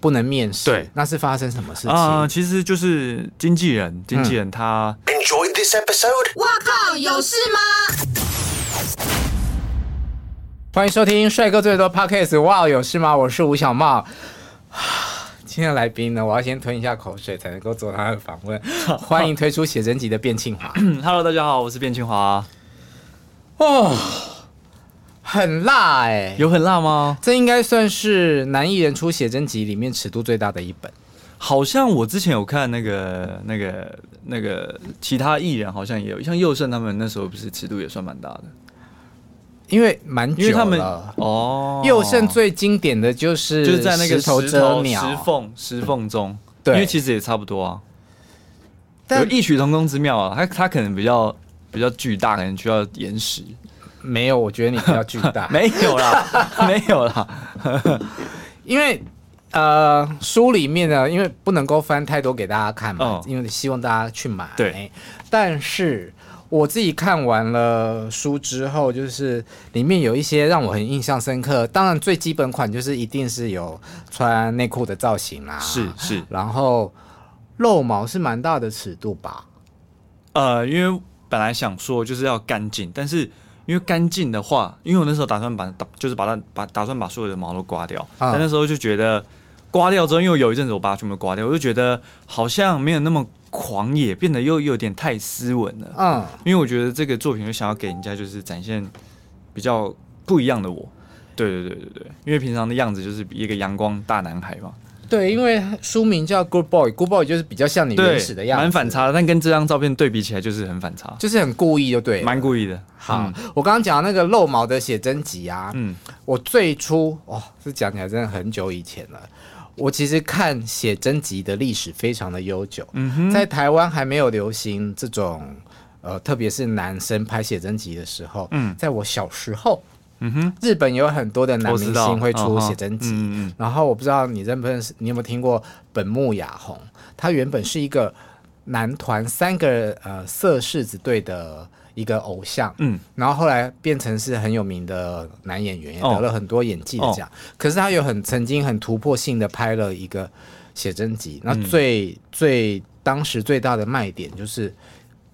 不能面试，对那是发生什么事情？啊、其实就是经纪嗯人，经纪人他 Enjoyed this episode? 哇靠，有事吗？欢迎收听帅哥最多 Podcast，哇，有事吗？我是吴小茂。 啊今天的来宾呢，我要先吞一下口水才能够做他的访 问。欢迎推出写真集的卞庆华。嗯，Hello，大家好，我是卞清华，哦，很辣哎、有很辣吗？这应该算是男艺人出写真集里面尺度最大的一本。好像我之前有看那个、那个、那个其他艺人，好像也有，像佑胜他们那时候不是尺度也算蛮大的，因为蛮久了，因为他们哦，佑胜最经典的就是就是在那个石头遮鸟，石缝石缝中，对因为其实也差不多啊，有但异曲同工之妙啊。他他可能比较比较巨大，可能需要延时，没有，我觉得你比较巨 大，没有 啦，没有啦，因为呃书里面呢，因为不能够翻太多给大家看嘛，嗯因为希望大家去买。对，但是我自己看完了书之后，就是里面有一些让我很印象深刻。当然，最基本款就是一定是有穿内裤的造型啦，是，是，然后露毛是蛮大的尺度吧。呃，因为本来想说就是要干净，但是因为干净的话，因为我那时候打算把打就是把它把打算把所有的毛都刮掉，啊但那时候就觉得刮掉之后，因为我有一阵子我把它全部刮掉，我就觉得好像没有那么狂野，变得又又有点太斯文了。嗯，因为我觉得这个作品就想要给人家就是展现比较不一样的我。对对对对对，因为平常的样子就是一个阳光大男孩嘛，对，因为书名叫《Good Boy》，《Good Boy》就是比较像你对原始的，样子，蛮反，差的，但跟这张照片对比起来就是很反差，就是很故意，就对了。蛮故意的。好，我刚刚讲的那个露毛的写真集啊，嗯，我最初哦，这讲起来真的很久以前了。我其实看写真集的历史非常的悠久，嗯在台湾还没有流行这种，呃，特别是男生拍写真集的时候，嗯在我小时候，嗯哼，日本有很多的男我明知道星会出嗯哼写真集，嗯嗯嗯然后我不知道你认不认识，你有没有听过本木雅弘？他原本是一个男团三个呃色柿子队的一个偶像，嗯，然后后来变成是很有名的男演员，也哦得了很多演技的奖。可是他有很曾经很突破性的拍了一个写真集，那最、最当时最大的卖点就是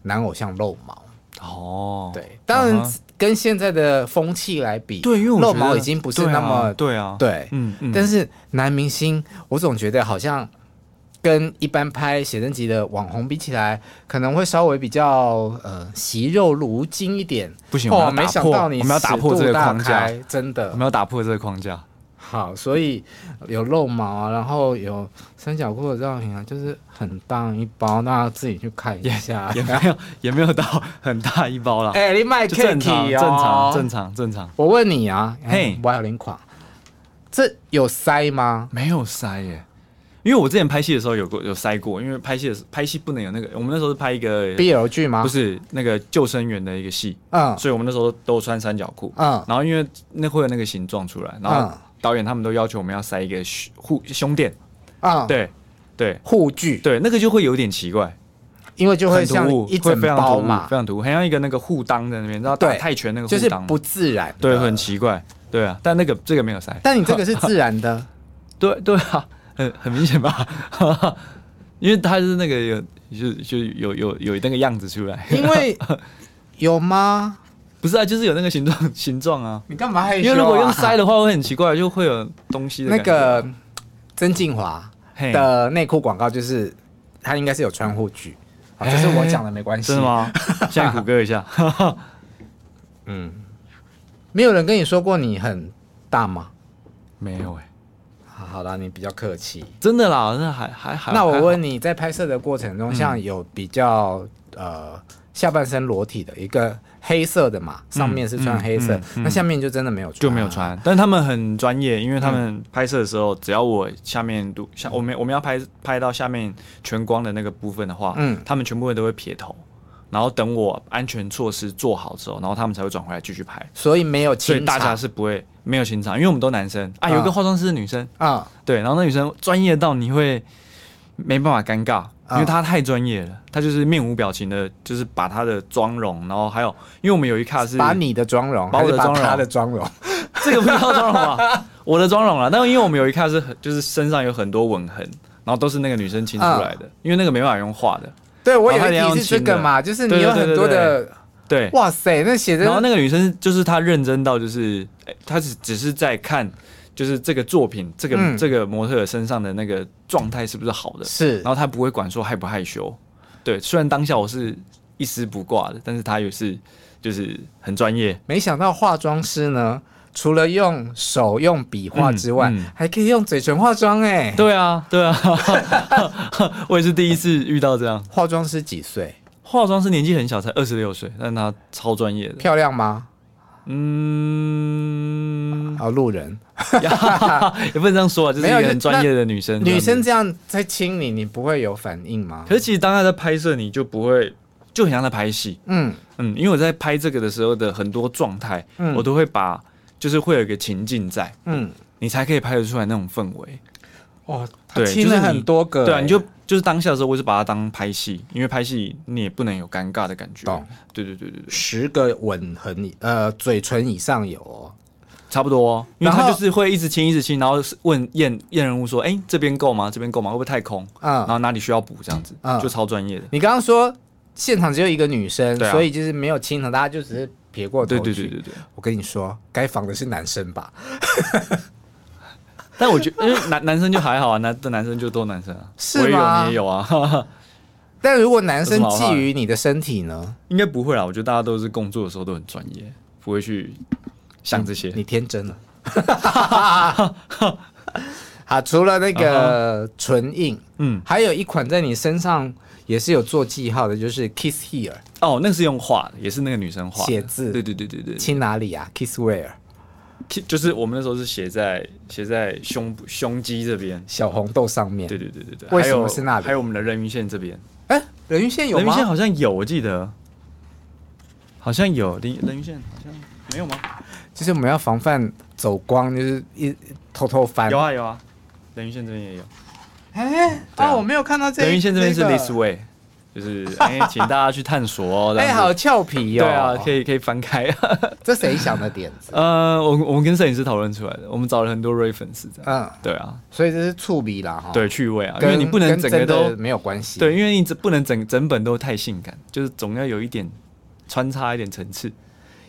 男偶像露毛，哦，对，当然啊哈跟现在的风气来比，对，因为我觉露得毛已经不是对啊那么对啊，对嗯嗯，但是是男明星，我总觉得好像跟一般拍写真集的网红比起来，可能会稍微比较呃惜肉如金一点。不行我哦，们没要打想破到你我们要打破尺度这个大框架 开，真我的们要打破这个框架，好。所以有露毛啊，然后有三角裤的造型啊，就是很大一包，大家自己去看一下。 也没有也没有到很大一包啦，哎、你卖就正常 Kitty 哦，正常正常正常，我问你啊，嘿嘿，我还有点垮，这有塞吗？没有塞耶。因为我之前拍戏的时候有过有塞过，因为拍戏的时拍戏不能有那个，我们那时候是拍一个 BL 剧吗？不，是那个救生员的一个戏，嗯所以我们那时候都穿三角裤，嗯然后因为那会有那个形状出来，然后嗯导演他们都要求我们要塞一个胸护胸垫，嗯，，对对护具，对，那个就会有点奇怪，因为就会很突像兀，一会整非常突包兀嘛非，常突兀，很像一个那个护裆在那边，然后打对，泰拳那个护就是裆，不自然，对，很。奇怪，对啊，但那个这个没有塞，但你这个是自然 的，对对啊，很很明显吧， 因为他是那个有就就有有有那个样子出 来，因为有吗？不是啊，就是有那个形状形状啊，你干嘛害羞、因为如果用塞的话会很奇怪，就会有东西的那感觉 个曾静华嘿的内裤广告，就是他应该是有穿护具，好，这是我讲的，没关系。哎真的？ 吗？现在谷歌一下， 嗯，没有人跟你说过你很大吗？没有哎、好好啦，你比较客气。真的啦，那还还还。那我还好嗯问，你，在拍摄的过程中，像有比较呃下半身裸体的一个黑色的嘛，上面是穿黑色嗯，嗯嗯那下面就真的没有穿啊就没有。穿，但他们很专业，因为他嗯们拍摄的时候，只要我下面都像我们我们要拍拍到下面全光的那个部分的话，嗯他们全部人都会撇头，然后等我安全措施做好之后，然后他们才会转回来继续拍，所以没有所以清大家场是不会没有清场，因为我们都男生啊，有一个啊化妆师是女生，啊，对，然后那女生专业到你会没办法尴尬，因为啊她太专业了，她就是面无表情的，就是把她的妆容，然后还有，因为我们有一卡是把你的妆容，把我的还是妆容他的妆容，这个不叫妆容啊， 我的妆容啊，但因为我们有一看是很，就是身上有很多吻痕，然后都是那个女生亲出来的，啊因为那个没办法用画的，对我哦他有一定要一题是这清的个嘛，就是对你对有对很对多对的，对。哇塞，那写真然后那个女生就是她认真到就是，哎她只只是在看，就是这个作品，这个、嗯这个模特儿身上的那个状态是不是好的，是然后她不会管说害不害羞。对，虽然当下我是一丝不挂的，但是她也是就是很专业，没想到化妆师呢，除了用手用笔画之外，嗯嗯还可以用嘴唇化妆哎、对啊，对啊， 我也是第一次遇到这样。化妆师几岁？化妆师年纪很小，才二十六岁，但他超专业的。漂亮吗？嗯，啊，路人也不能这样说啊，就是没一有个很专业的女生。女生这样子，这样在亲你，你不会有反应吗可？是其实当她在拍摄，你就不会，就很像在拍戏。嗯，嗯，因为我在拍这个的时候的很多状态，嗯我都会把，就是会有一个情境在，嗯，你才可以拍得出来那种氛围。哇，他对亲就是了你很多个、对啊，哎你就就是当下的时候，我是把它当拍戏，因为拍戏你也不能有尴尬的感觉。懂对对对对对，十个吻痕以，呃，嘴唇以上有哦。差不多、哦，因为然他后就是会一直亲一直亲，然后是问验验人物说，哎、这边够吗？这边够吗？会不会太空？然嗯，后哪里需要补这样子，嗯就超专业的。你刚刚说现场只有一个女生，对啊所以就是没有亲她，大家就只是撇过头对去。对对对对。我跟你说，该防的是男生吧？但我觉得，因为男男生就还好啊， 男的男生就都男生啊，是我也有吗你也有啊， 哈哈但如果男生有什么好觊怕的觎你的身体呢？应该不会啦。我觉得大家都是工作的时候都很专业，不会去想这些。你天真了。 好，除了那个唇印，啊嗯，还有一款在你身上也是有做记号的，就是 Kiss Here，哦，那是用画的，也是那个女生画的写字对对对对对，亲哪里啊？Kiss Where？其就是我们那时候是写在写在胸部胸肌这边。小红豆上面。对对对对对，为什么还有是那里还有我们的人鱼线这边，哎、人鱼线有人鱼线吗？好像有，我记得好像有，人人鱼线好像没有吗？就是我们要防范走光，就是一偷偷翻。有啊有啊，人鱼线这边也有。哎、对啊啊，我没有看到这一。等于现这边是个 this way，就是哎、请大家去探索 哦。哎、这样子好俏皮对哦！啊，可以可以翻开。 这谁想的点子？呃，我我们跟摄影师讨论出来的，我们找了很多 reference 这样。嗯，对啊，所以这是触笔啦，哈。对趣味啊，哦因跟，为你不能跟整真个的都没有关系。对，因为你只不能整整本都太性感，就是总要有一点穿插一点层次。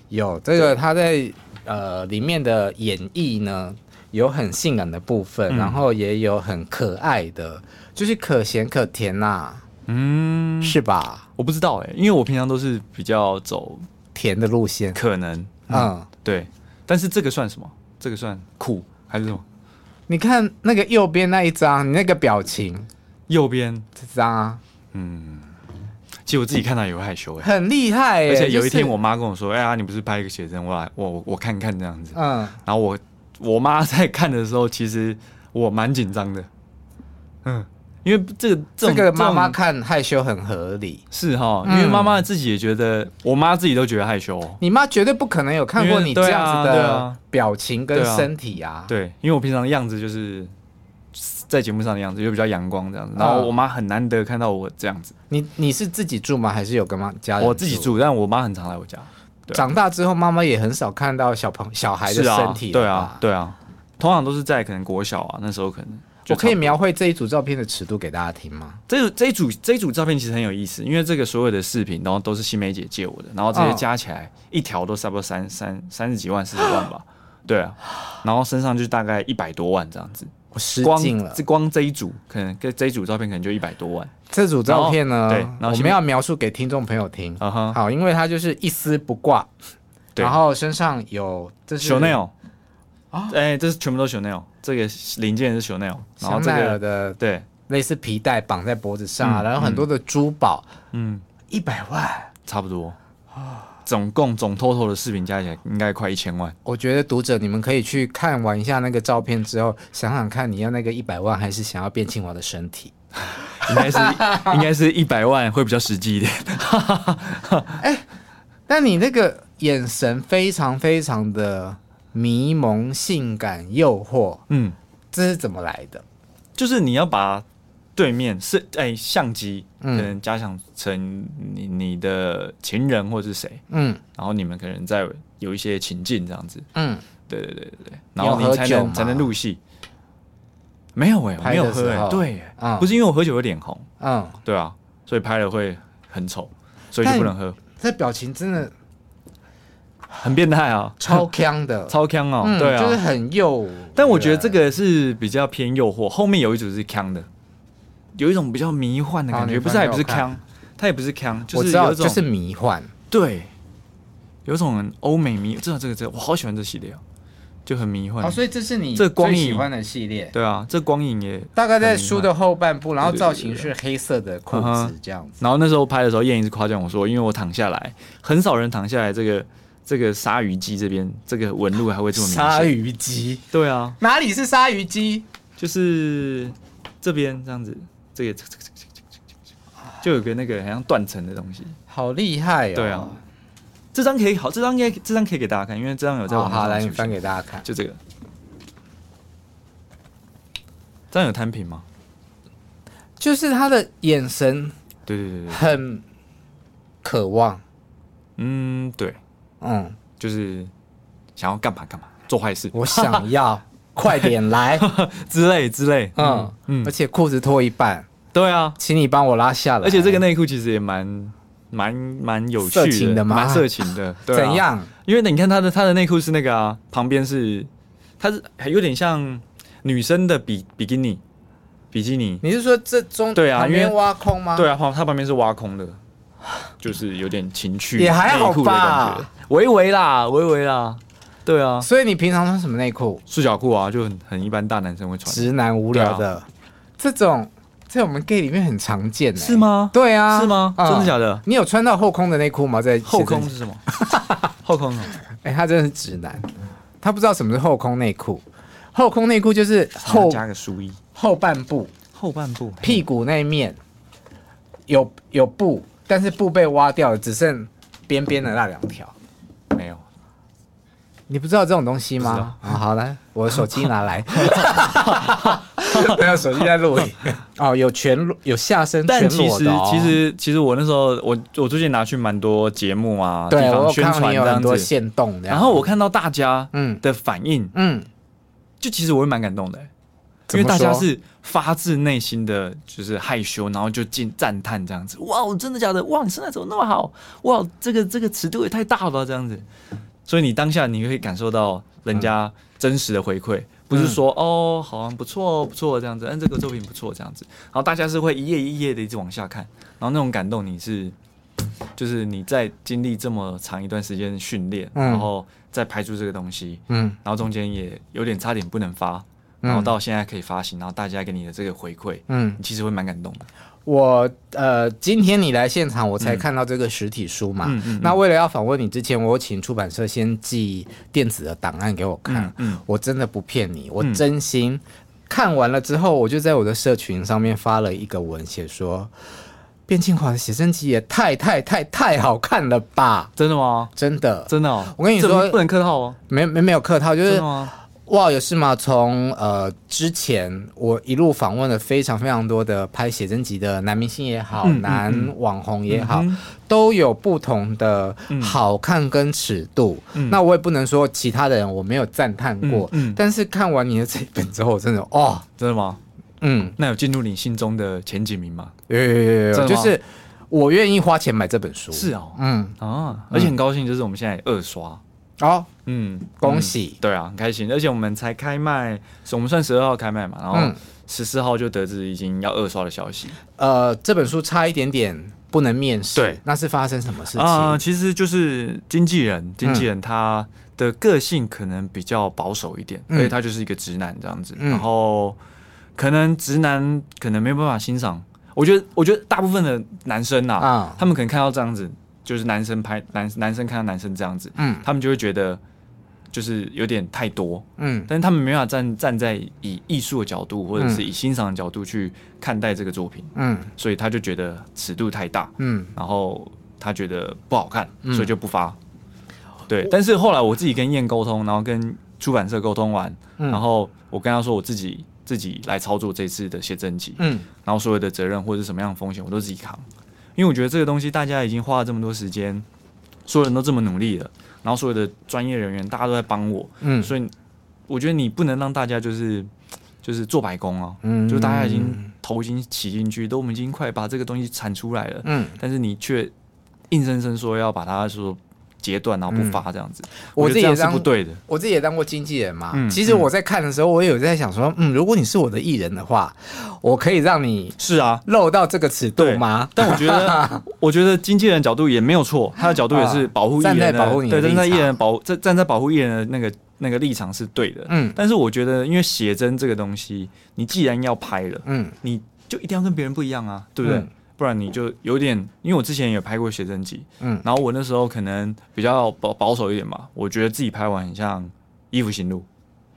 有这个，他在呃里面的演绎呢，有很性感的部分，嗯然后也有很可爱的，就是可咸可甜呐、嗯，是吧？我不知道哎、因为我平常都是比较走甜的路线，可能嗯，对，但是这个算什么？这个算酷还是什么？你看那个右边那一张，你那个表情，右边，这张啊，其实我自己看到也会害羞哎、很厉害耶、而且有一天就是我妈跟我说：“哎呀，你不是拍一个写真，我来，我我我看看这样子。嗯，”然后我我妈在看的时候，其实我蛮紧张的，嗯，因为这个这这种个妈妈这种看害羞很合理，是哈，因嗯为妈妈自己也觉得，我妈自己都觉得害羞哦、你妈绝对不可能有看过因为你这对啊样子对的啊表情跟对啊身体啊，对，因为我平常的样子就是在节目上的样子，就比较阳光这样子。然后嗯我妈很难得看到我这样子，你你是自己住吗？还是有跟妈家人？我自己。住，但我妈很常来我家。对啊长大之后，妈妈也很少看到小朋小孩的是啊身体、对啊，，对啊，通常都是在可能国小啊，那时候可能就我可以差不多描绘这一组照片的尺度给大家听吗？这这一组这一组照片其实很有意思，因为这个所有的视频，然后都是新梅姐借我的，然后这嗯些加起来、一条都差不多三三三十几万四十万吧，对啊，然后身上就大概一百多万这样子，我失光敬了这。光这一组，可能跟这一组照片可能就一百多万。这组照片呢，然后对然后我下们面要描述给听众朋友听。啊哈好，因为它就是一丝不挂，对然后身上有这是 Chanel 啊，哎，这是全部都 Chanel，这个零件是 Chanel，然后香这奈儿个的对，类似皮带绑在脖子上啊，嗯然后很多的珠宝，嗯，一百万。差不多。啊总共总 total 的视频加起来应该快一千 万。我觉得读者你们可以去看完一下那个照片之后，想想看你要那个一百万，还是想要变亲王的身体？应该是应该是一百万会比较实际一点。但你那个眼神非常非常的迷蒙、性感、诱惑，嗯，这是怎么来的？就是你要把对面是哎、相机，可嗯能假想成你你的情人或是谁，嗯然后你们可能在有一些情境这样子，嗯，对对对对对，你然有后你才喝酒能吗才能入戏。没有哎、我拍没的有喝哎、时候对、欸嗯不是因为我喝酒会脸红，嗯，对啊，所以拍了会很丑，所以就但不能喝，这表情真的很变态啊，超强的， 超腔哦、嗯，对啊，就是很诱。但我觉得这个是比较偏诱惑，后面有一组是康的，有一种比较迷幻的感好觉，啊你不是，它也不是翻给我康，它也不是康，就我是知有道，一种、就是迷幻。对，有一种欧美迷，这这个这个我好喜欢这系列哦，就很迷幻。哦，所以这是你这光最影喜欢的系列，对啊，这光影也，大概在书的后半部，然后对对对造型是黑色的裤嗯子哼这样子。然后那时候拍的时候，燕一直夸奖我说，因为我躺下来，很少人躺下来，这个这个鲨鱼肌这边这个纹路还会这么明显。鲨，鱼肌对啊，哪里是鲨鱼肌？就是这边这样子，这个这个这个这个这个这个就有个那个好像断层的东西。好厉害哦！对啊，这张可以好，这张应该这张可以给大家看，因为这张有在好网好上来你出现翻给大家看。就这个。这张有摊平吗？就是他的眼神对对对对，很渴望，嗯，对，嗯，就是想要干嘛干嘛，做坏事我想 要快点来，之类之类。嗯嗯嗯，而嗯，且裤子脱一半，对啊，请你帮我拉下来。而且这个内裤其实也蛮蛮蛮有色趣情的吗蛮色情的。对啊怎？样？因为你看他的他的内裤是那个啊，旁边是它是有点像女生的比比基尼比基尼，你是说这中对啊旁边因为挖空吗？对啊，旁它旁边是挖空的，就是有点情趣也还好吧内裤的感觉，微微啦，微微啦，对啊，所以你平常穿什么内裤？束脚裤啊，就很很一般，大男生会穿，直男无聊的、啊这种，在我们 gay 里面很常见、欸，是？吗？对啊，是吗？真的假的？的？你有穿到后空的内裤吗？在后空写是什 么？后空是啊什么真？哎、他真的是直男，他不知道什么是后空内裤。后空内裤就是后加个书衣，后半部，后半部屁股那一面有有布，但是布被挖掉了，只剩边边的那两条。没有，你不知道这种东西不知吗？啊、好来，我的手机拿来。 没有，手机在录影。 哦，有全裸，有下身全但裸其实的哦其实其实我那时候我我最近拿去蛮多节目啊，对地我方有宣看到传你这有很样多子，线动的。然后我看到大家嗯的反应，嗯，就其实我会蛮感动的、欸怎因么为大家说是发自内心的，就是害羞，然后就进赞叹这样子。哇，真的假的？哇，你身材怎么那么好？哇，这个这个尺度也太大了吧，这样子。所以你当下你会感受到人家嗯真实的回馈，不是说哦，好像不错哦，不错这样子，嗯，这个作品不错这样子。然后大家是会一页一页的一直往下看，然后那种感动你是，就是你在经历这么长一段时间训练，嗯然后再拍出这个东西，嗯然后中间也有点差点不能发，然后到现在可以发行，然后大家给你的这个回馈，嗯，你其实会蛮感动的。我呃，今天你来现场，我才看到这个实体书嘛。嗯嗯嗯那为了要访问你之前，我有请出版社先寄电子的档案给我看。嗯嗯我真的不骗你，我嗯真心、看完了之后，我就在我的社群上面发了一个文，写说卞庆华的写真集也太太太太好看了吧！真的吗？真的，真的哦，我跟你这说不能客套哦。没没没有客套，就真是的吗？哇，有事吗？从呃之前我一路访问了非常非常多的拍写真集的男明星也好，嗯嗯男网红也嗯好，都有不同的好看跟尺度。那我也不能说其他的人我没有赞叹过，嗯嗯但是看完你的这一本之后，我真的哦，真的吗？嗯，那有进入你心中的前几名吗？有有有有有，真的就吗是我愿意花钱买这本书。是哦，嗯，啊，而且很高兴，就是我们现在二刷，哦，嗯，恭喜嗯对啊，很开心。而且我们才开卖，我们算十二号开卖嘛，然后嗯十四号就得知已经要二刷的消息呃，这本书差一点点不能面试，对，那是发生什么事情？啊、其实就是经纪人，经嗯纪人他的个性可能比较保守一点，嗯所以他就是一个直男这样子。嗯然后可能直男可能没有办法欣赏，我觉得，我觉得大部分的男生呐、啊他们可能看到这样子，就是男生拍男男生看到男生这样子，嗯他们就会觉得就是有点太多，嗯但是他们没办法站站在以艺术的角度，或者是以欣赏的角度去看待这个作品，嗯所以他就觉得尺度太大，嗯，然后他觉得不好看，所以就不发。哦对，但是后来我自己跟燕沟通，然后跟出版社沟通完，嗯然后我跟他说我自己自己来操作这次的写真集，嗯然后所有的责任或者是什么样的风险我都自己扛，因为我觉得这个东西大家已经花了这么多时间，所有人都这么努力了，然后所有的专业人员大家都在帮我，嗯所以我觉得你不能让大家就是就是做白工哦，嗯就大家已经头已经洗进去，都我们已经快把这个东西产出来了，嗯，但是你却硬生生说要把它说截断，然后不发这样子，嗯我自觉得己这样也是当不对的。我自己也当过经纪人嘛，嗯其实我在看的时候，我也有在想说，嗯，如果你是我的艺人的话，我可以让你是啊，露到这个尺度对吗？但我觉得， 我觉得经纪人角度也没有错，他的角度也是保护艺人的，啊站在保护你的对，站在立艺场人保站站在保护艺人的那个那个立场是对的。嗯但是我觉得，因为写真这个东西，你既然要拍了，嗯你就一定要跟别人不一样啊，对不对？嗯不然你就有点，因为我之前也拍过写真集，嗯然后我那时候可能比较保保守一点嘛，我觉得自己拍完很像衣服行路，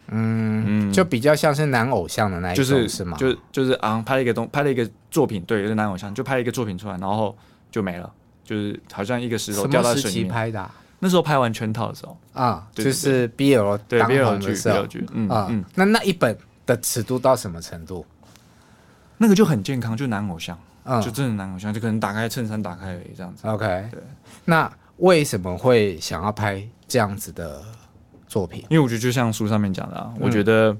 嗯，嗯就比较像是男偶像的那一就种，是是吗？就就是啊，拍了一个东，拍了一个作品，对，有点男偶像，就拍了一个作品出来，然后就没了，就是好像一个石头什掉么到时水里期面。拍的啊？那时候拍完全套的时候，啊对就是 BL 对当，BL 红剧的时候，BL 剧，嗯啊嗯，，那那一本的尺度到什么程度？那个就很健康，就男偶像，嗯就真的男偶像，就可能打开衬衫打开而已这样子。 ，OK，对那为什么会想要拍这样子的作品？因为我觉得就像书上面讲的啊，我觉得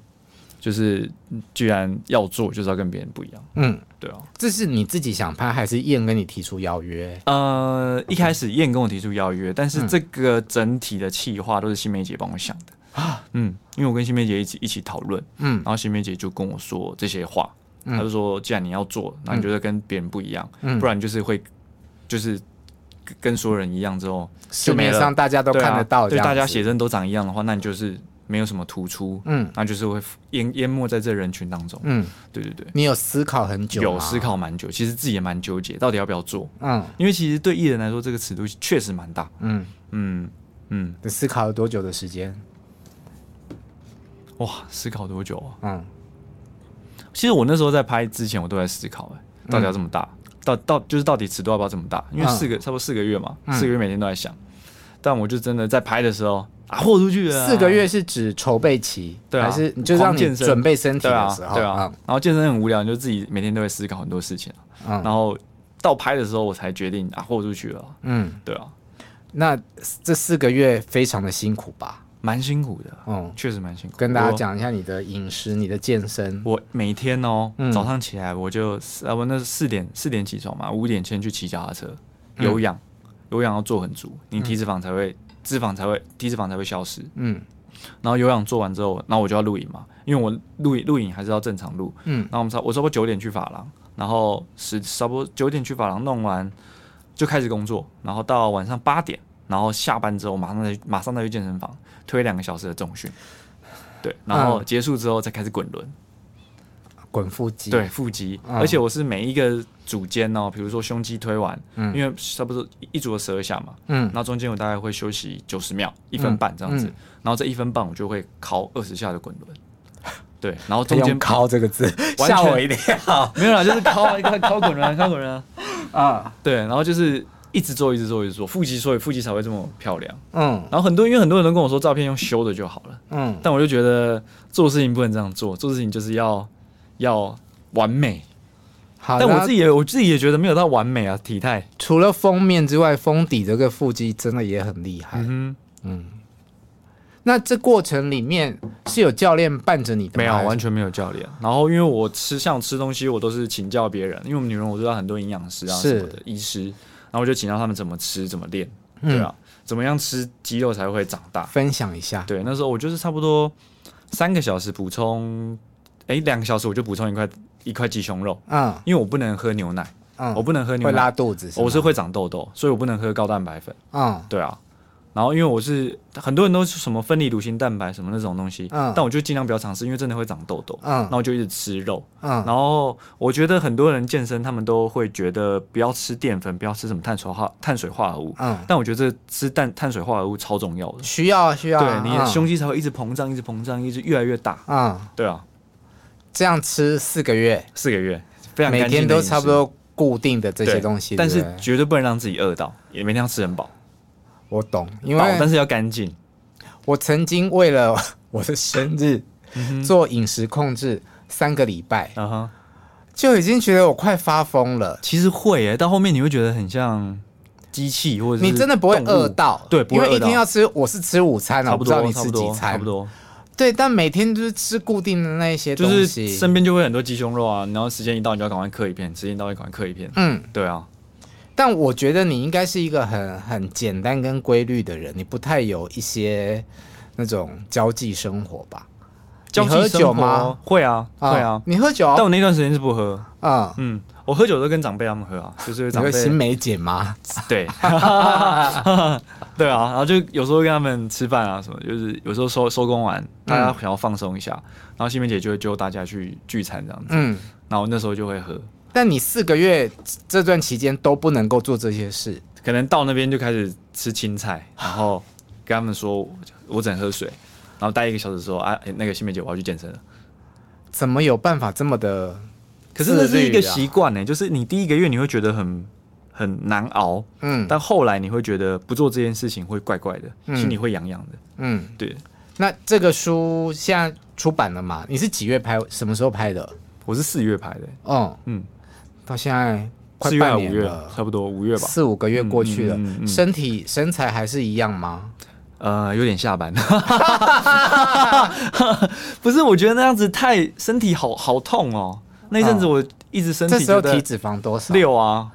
就是嗯既然要做，就是要跟别人不一样，嗯，对啊。这是你自己想拍，还是燕跟你提出邀约？呃，一开始燕跟我提出邀约，但是这个整体的企划都是新梅姐帮我想的啊。嗯，因为我跟新梅姐一起一起讨论，嗯然后新梅姐就跟我说这些话，嗯她就说，既然你要做，那你就是跟别人不一样，嗯不然就是会就是跟跟所有人一样之后市就没面了上大家都对啊看得到，对这样大家子写真都长一样的话，那你就是没有什么突出，嗯那就是会淹淹没在这人群当中。嗯，对对对，你有思考很久，啊有思，考蛮久，其实自己也蛮纠结，到底要不要做。嗯因为其实对艺人来说，这个尺度确实蛮大。嗯，嗯嗯，你思考了多久的时间？哇，思考多久啊？嗯，其实我那时候在拍之前，我都在思考、哎，到底要这么大，到到就是到底尺度要不要这么大？因为嗯四个、差不多四个月嘛，嗯四个月每天都在想，但我就真的在拍的时候啊，豁出去了啊、四个月是指筹备期，对还啊是就让狂健你身准备身体对的啊时候？对啊，然后健身很无聊，你就自己每天都会思考很多事情啊、嗯然后到拍的时候，我才决定啊，豁出去了啊、嗯，嗯，对啊，那这四个月非常的辛苦吧？蛮辛苦的，嗯，确实蛮辛苦。跟大家我讲一下你的饮食、你的健身。我每天哦，嗯早上起来我就呃，我那四点四点起床嘛，五点先去骑脚踏车，嗯有氧，有氧要做很足，你体脂肪才会脂肪才会体脂肪才会消失。嗯然后有氧做完之后，然后我就要录影嘛，因为我录影录影还是要正常录。嗯然后我们差我差不多九点去发廊，然后十差不多九点去发廊弄完就开始工作，然后到晚上八点，然后下班之后马上再马上再去健身房推两个小时的重训，对，然后嗯结束之后再开始滚轮。滚腹肌。对，腹肌，嗯而且我是每一个组间哦，比如说胸肌推完，因为差不多一组有十二下嘛，嗯然后中间我大概会休息九十秒，一分半这样子，嗯然后这一分半我就会考二十下的滚轮， 对，然后他中用“间靠”这个字 完全吓我一跳没有啦，就是考啊，考滚轮啊，考滚轮啊， 啊！对，然后就是一直做，一直做，一直做，腹肌，所以腹肌才会这么漂亮。嗯然后很多因为很多人都跟我说照片用修的就好了，嗯但我就觉得做事情不能这样做，做事情就是要要完美。好。但我那自己也我自己也觉得没有到完美啊，体态。除了封面之外，封底这个腹肌真的也很厉害。嗯那这过程里面是有教练伴着你的吗？没有，啊还是完。全没有教练。然后因为我吃像吃东西，我都是请教别人，因为我们女人我知道很多营养师啊是什么的医师，然后我就请教他们怎么吃怎么练。嗯对啊，怎么样吃肌肉才会长大？分享一下。对，那时候我就是差不多三个小时补充，哎，两个小时我就补充一块一块鸡胸肉，嗯因为我不能喝牛奶，嗯，我不能喝牛会拉奶，肚子吗，我是会长痘痘，所以我不能喝高蛋白粉。嗯对啊，然后因为我是很多人都是什么分离乳清蛋白什么那种东西，嗯但我就尽量不要尝试，因为真的会长痘痘。嗯然后就一直吃肉，嗯然后我觉得很多人健身，他们都会觉得不要吃淀粉，不要吃什么碳水化碳水化合物。嗯，但我觉得这吃蛋碳水化合物超重要的，需要需要啊，对你的嗯胸肌才会一直膨胀，一直膨胀，一直越来越大。嗯，对啊，这样吃四个月，四个月非常每干净天的都饮食差不多固定的这对些东西，但对是不对绝对不能让自己饿到，也每天要吃很饱，我懂，因饱但为是要干净。我曾经为了 我的生日嗯哼，做饮食控制三个礼拜，嗯哼。就已经觉得我快发疯了。其实会耶，到后面你会觉得很像机器或者是你真的不会动物饿到，对不因会为一饿到天要吃，我是吃午餐啊，差我不不知道多，你差吃不几多，餐，差不多，对，但每天就是吃固定的那一些就东是西，身边就会很多鸡胸肉啊，然后时间一到你就要赶快嗑一片，时间一到就赶快嗑一 片。嗯，对啊，但我觉得你应该是一个很很简单跟规律的人，你不太有一些那种交际生活吧？交你际喝生酒活吗？会啊，会啊。你喝酒？但我那段时间是不喝，嗯，嗯，我喝酒都跟长辈他 们喝啊，就是你长会辈新梅姐吗？ 对， 对啊，然后就有时候跟他们吃饭啊什么，就是有时候收收工完，大嗯家想要放松一下，然后新梅姐就会揪大家去聚餐这样子，嗯，然后那时候就会喝，但你四个月这段期间都不能够做这些事，可能到那边就开始吃青菜，然后跟他们说我只能喝水，然后待一个小时说啊，哎那个新梅姐我要去健身了。怎么有办法这么的？啊可是那是一个习惯呢，就是你第一个月你会觉得很很难熬，嗯但后来你会觉得不做这件事情会怪怪的，嗯心里会痒痒的。嗯，对那这个书现在出版了嘛？你是几月拍？什么时候拍的？我是四月拍的，嗯，嗯，到现在快四月还半是五年月了，，差不多五月吧。四五个月过去了，嗯嗯嗯嗯身体身材还是一样吗？呃，有点下班， 不是？我觉得那样子太身体好好痛哦。那一阵子嗯我一直身体这时候觉得体脂肪多少？六啊，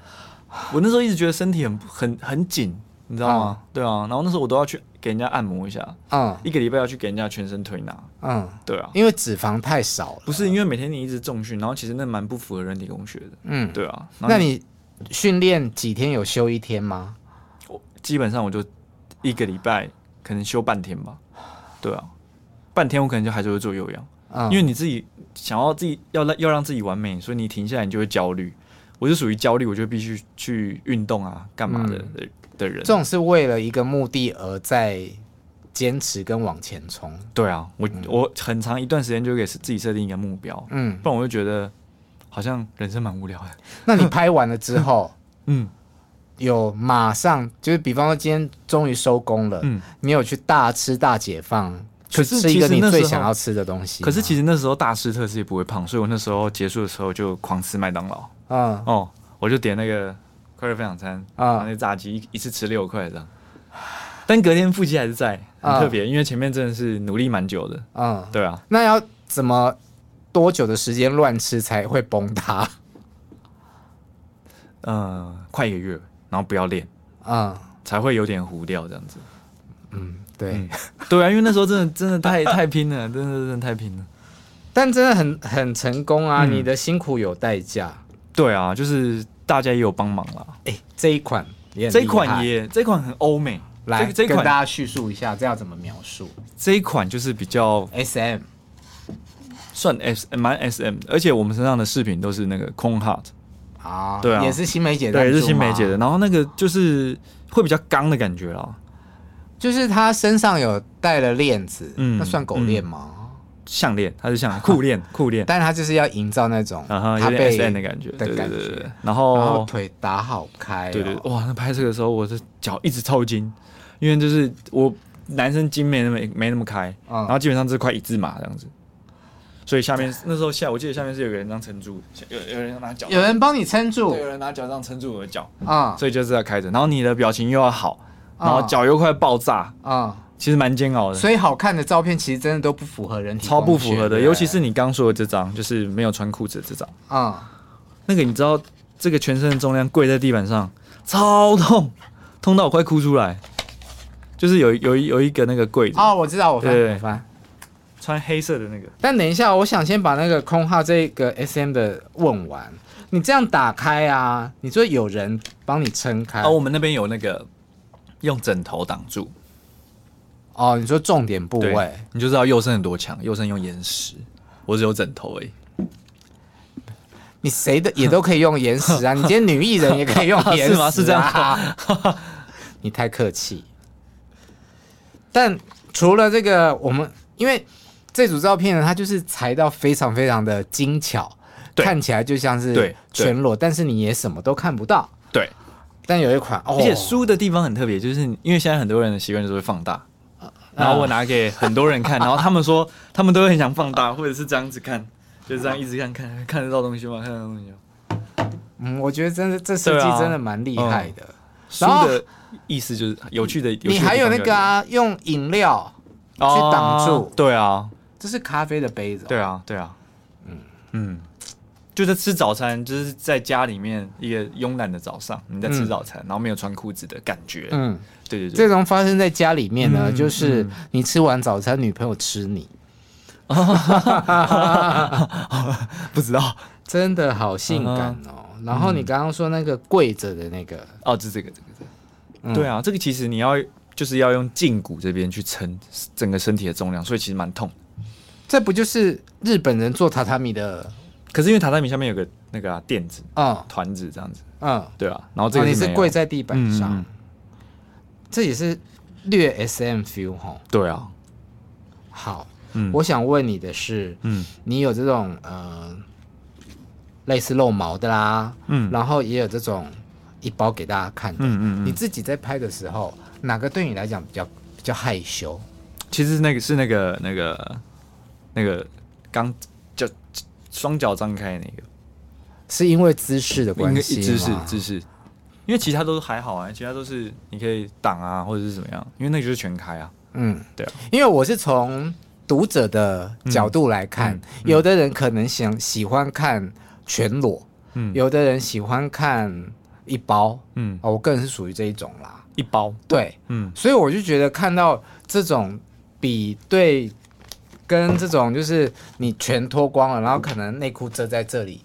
我那时候一直觉得身体很很很紧，你知道吗？对啊，然后那时候我都要去给人家按摩一下，嗯一个礼拜要去给人家全身推拿，嗯，对啊，因为脂肪太少了。不是因为每天你一直重训，然后其实那蛮不符合人体工学的，嗯，对啊，然后那你训练几天有休一天吗？基本上我就一个礼拜可能休半天吧，对啊，半天我可能就还是会做有氧，嗯，因为你自己想要自己要让要让自己完美，所以你停下来你就会焦虑。我是属于焦虑，我就必须去运动啊，干嘛的、的嗯的人这。种是为了一个目的而在坚持跟往前冲。对啊，我、我很长一段时间就给自己设定一个目标，嗯，不然我就觉得好像人生蛮无聊的。那你拍完了之后，嗯有马上就是，比方说今天终于收工了，嗯，你有去大吃大解放，去可是吃一其个实你那时最候想要吃的东西吗。可是啊其实那时候大吃特吃也不会胖，所以我那时候结束的时候就狂吃麦当劳。嗯，哦，我就点那个快乐分享餐啊啊，然后那炸鸡一一次吃六块这样。但隔天腹肌还是在，很啊特别，因为前面真的是努力蛮久的。嗯，对啊，那要怎么多久的时间乱吃才会崩塌？ 嗯、快一个月，然后不要练，嗯才会有点糊掉这样子。嗯，对。嗯对啊，因为那时候真的真的太太拼了，真的真的太拼了。但真的很很成功啊！嗯你的辛苦有代价。对啊，就是大家也有帮忙啦。哎、这一款也很这厉一害款也，这一款很欧美。来这这一跟大款家叙述一下，这要怎么描述这一款就是比较？S M 算 S 蛮 S M，而且我们身上的饰品都是那个 Con Heart，啊，对啊也是新梅姐对，赞助是新梅姐吗，的。然后那个就是会比较刚的感觉啦，就是她身上有带了链子，嗯那算狗链吗？项链，它是项链， 裤链，裤链，但是她就是要营造那种然后她啊有点被 S N 的感觉，对的对感对觉对。。然然后后腿打好开、哦，对对，哇，那拍摄的时候我的脚一直抽筋，因为就是我男生筋没那么没那么开，嗯然后基本上是快一字马这样子。所以下面那时候下，我记得下面是有个人这样撑住，有有人拿脚，有人帮你撑住对，有人拿脚这样撑住我的脚，啊所以就是要开着。然后你的表情又要好，然后嗯脚又快爆炸，啊、其实蛮煎熬的。所以好看的照片其实真的都不符合人体超不工学符合的，对尤其是你刚说的这张，就是没有穿裤子的这张，啊、那个你知道，这个全身的重量跪在地板上，超痛，痛到我快哭出来。就是有有一有一个那个柜子，哦，我知道，我翻，对我翻。穿黑色的那个，但等一下，我想先把那个空号这个 S M 的问完。你这样打开啊，你就有人帮你撑开。啊，我们那边有那个用枕头挡住，哦，你说重点部位对，，你就知道右肾很多强，右肾用岩石，我只有枕头而已。你谁的也都可以用岩石啊，你今天女艺人也可以 用岩石、啊，是吗是这样吗 你太客气。但除了这个，我们因为这组照片呢，它就是裁到非常非常的精巧，对看起来就像是对对全裸，但是你也什么都看不到。对，但有一款，哦、而且输的地方很特别，就是因为现在很多人的习惯就是会放大，啊然后我拿给很 多人看，然后他们说他们都会很想放大，或者是这样子看，就这样一直看看看得到东西吗？看得到东西吗？嗯，我觉得真的这设对计啊真的蛮厉害的。输然后的意思就是有趣的，有趣的你还有那个啊，用饮料，去挡住哦对啊，这是咖啡的杯子、哦对，啊，对啊，嗯嗯，就在吃早餐，就是在家里面一个慵懒的早上，你在吃嗯早餐，然后没有穿裤子的感觉，嗯，对对对，这种发生在家里面呢，嗯就是你吃完早餐，女朋友吃你，不知道真的好性感哦。嗯然后你刚刚说那个跪着的那个，哦，就这个这个这个，嗯对啊，这个其实你要就是要用胫骨这边去撑整个身体的重量，所以其实蛮痛的。这不就是日本人做榻榻米的？可是因为榻榻米下面有个那个、啊、垫子、嗯团子这样子，嗯，哦，对啊，然后这个你没是有跪在地板上，嗯嗯嗯这也是略 S M feel 吼。对啊，好，嗯我想问你的是，嗯你有这种呃类似露毛的啦，嗯然后也有这种一包给大家看的，嗯嗯你嗯，自己在拍的时候，哪个对你来讲比较比较害羞？其实那个是那个那个那个刚脚双脚张开那个。是因为姿势的应关该系姿势吗姿势，因为其他都还好啊，其他都是你可以挡啊，或者是怎么样，因为那个就是全开啊，嗯，对啊，因为我是从读者的角度来看，嗯有的人可能想喜欢看全裸，嗯有的人喜欢看一包，嗯哦，我个人是属于这一种啦，一包，对，嗯所以我就觉得看到这种比对跟这种就是你全脱光了，然后可能内裤遮在这里。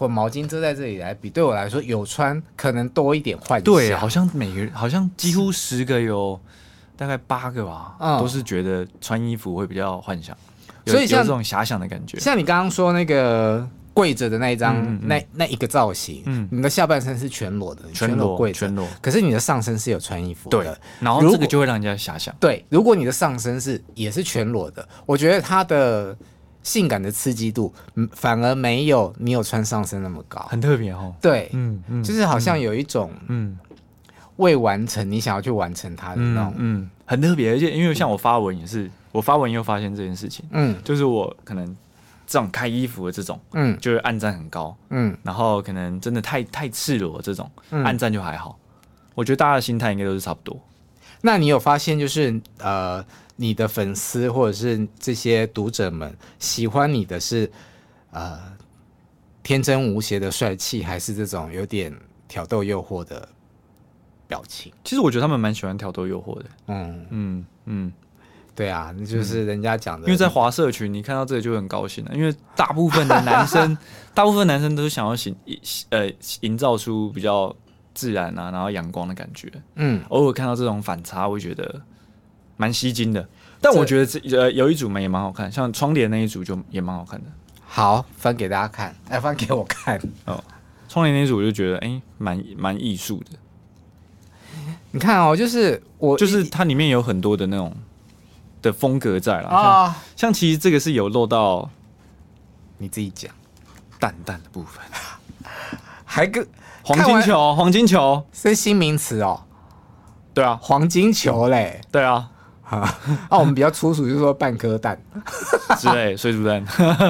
或毛巾遮在这里来比，对我来说有穿可能多一点幻想。对，好像每个人好像几乎十个有大概八个吧，嗯都是觉得穿衣服会比较幻想，有所以像有这种遐想的感觉，像你刚刚说那个跪着的那一张、嗯嗯嗯那那一个造型，嗯你的下半身是全裸的，你全裸裸跪全着，裸，可是你的上身是有穿衣服的。对，然后如这果个就会让人家遐想，对如果你的上身是也是全裸的，我觉得它的性感的刺激度嗯反而没有你有穿上身那么高。很特别哦，对，嗯嗯，就是好像有一种嗯。未完成，你想要去完成它的那种。嗯嗯，很特别，而且因为像我发文也是，我发文又发现这件事情，嗯就是我可能这种开衣服的这种，嗯就是暗赞很高，嗯然后可能真的太太赤裸这种，嗯暗赞就还好。我觉得大家的心态应该都是差不多。那你有发现就是呃，你的粉丝或者是这些读者们喜欢你的是呃天真无邪的帅气，还是这种有点挑逗诱惑的表情？其实我觉得他们蛮喜欢挑逗诱惑的，嗯，嗯嗯，对啊，那就是人家讲的，因为在华社群，你看到这个就会很高兴了，因为大部分的男生，大部分男生都是想要形呃营造出比较自然啊，然后阳光的感觉。嗯偶尔看到这种反差，我会觉得蛮吸睛的。但我觉得这呃有一组嘛也蛮好看，像窗帘那一组就也蛮好看的。好翻给大家 看，哎，翻给我看。窗帘那一组我就觉得哎蛮蛮艺术的，你看哦，就是我就是一它里面有很多的那种的风格在啦。像啊，像其实这个是有漏到你自己讲，淡淡的部 分，还跟黄金球，黄金球，是新名词哦，对啊，黄金球嘞。对啊啊，我们比较粗俗，就是说半颗 蛋。之类，水煮蛋，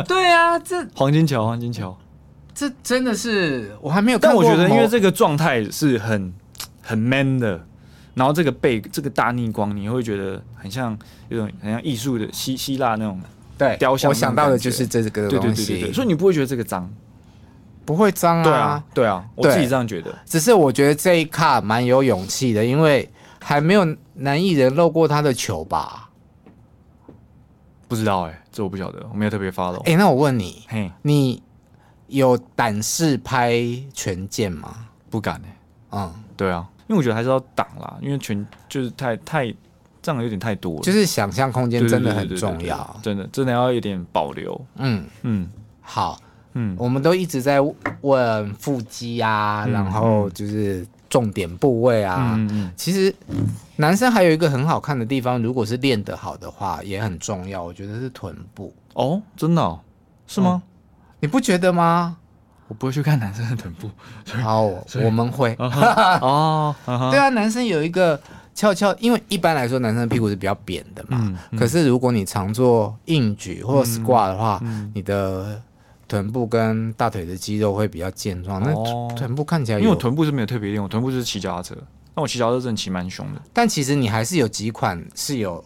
对啊，这 黄金球，黄金球。这真的是我还没有看 但过我某。觉得因为这个状态是很很 man 的，然后这个背这个大逆光，你会觉得很像有种很像艺术的希希腊那种对雕像我那种想到的感觉就是这个对对东对西。对对，所以你不会觉得这个脏，不会脏对啊，对啊，我对自己这样觉得。只是我觉得这一卡蛮有勇气的，因为还没有男艺人露过他的球吧？不知道哎、这我不晓得，我没有特别 follow。哎、那我问你，嘿，你有胆识拍全剑吗？不敢哎、嗯，对啊，因为我觉得还是要挡啦，因为全就是太太这样有点太多了，就是想象空间对对真的对很对对重对要。真的真的要有点保留。嗯，嗯好，嗯，我们都一直在问腹肌啊，嗯然后就是重点部位啊。嗯嗯其实男生还有一个很好看的地方，如果是练得好的话，也很重要。我觉得是臀部，哦，真的、哦、是吗、你不觉得吗？我不会去看男生的 臀部好，我们会。哦，嗯哼啊对啊，男生有一个翘翘，因为一般来说男生的屁股是比较扁的嘛。嗯嗯可是如果你常做硬举或者 squat 的话，嗯你的臀部跟大腿的肌肉会比较健壮，那哦臀部看起来因为有我。臀部是没有特别练，我臀部就是骑脚踏车，但我骑脚踏车真的骑蛮凶的。但其实你还是有几款是有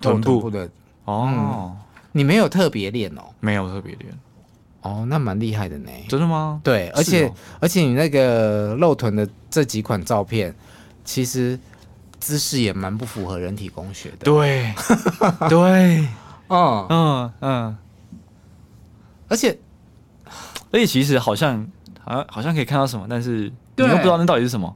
臀露部的，哦，你没有特别练哦。没有特别练，哦，那蛮厉害的呢。真的吗？对，而且、是哦而且你那个露臀的这几款照片，其实姿势也蛮不符合人体工学的。 对对，嗯，嗯嗯，而且而且其实好像好像好像可以看到什么，但是你对又不知道那到底是什么，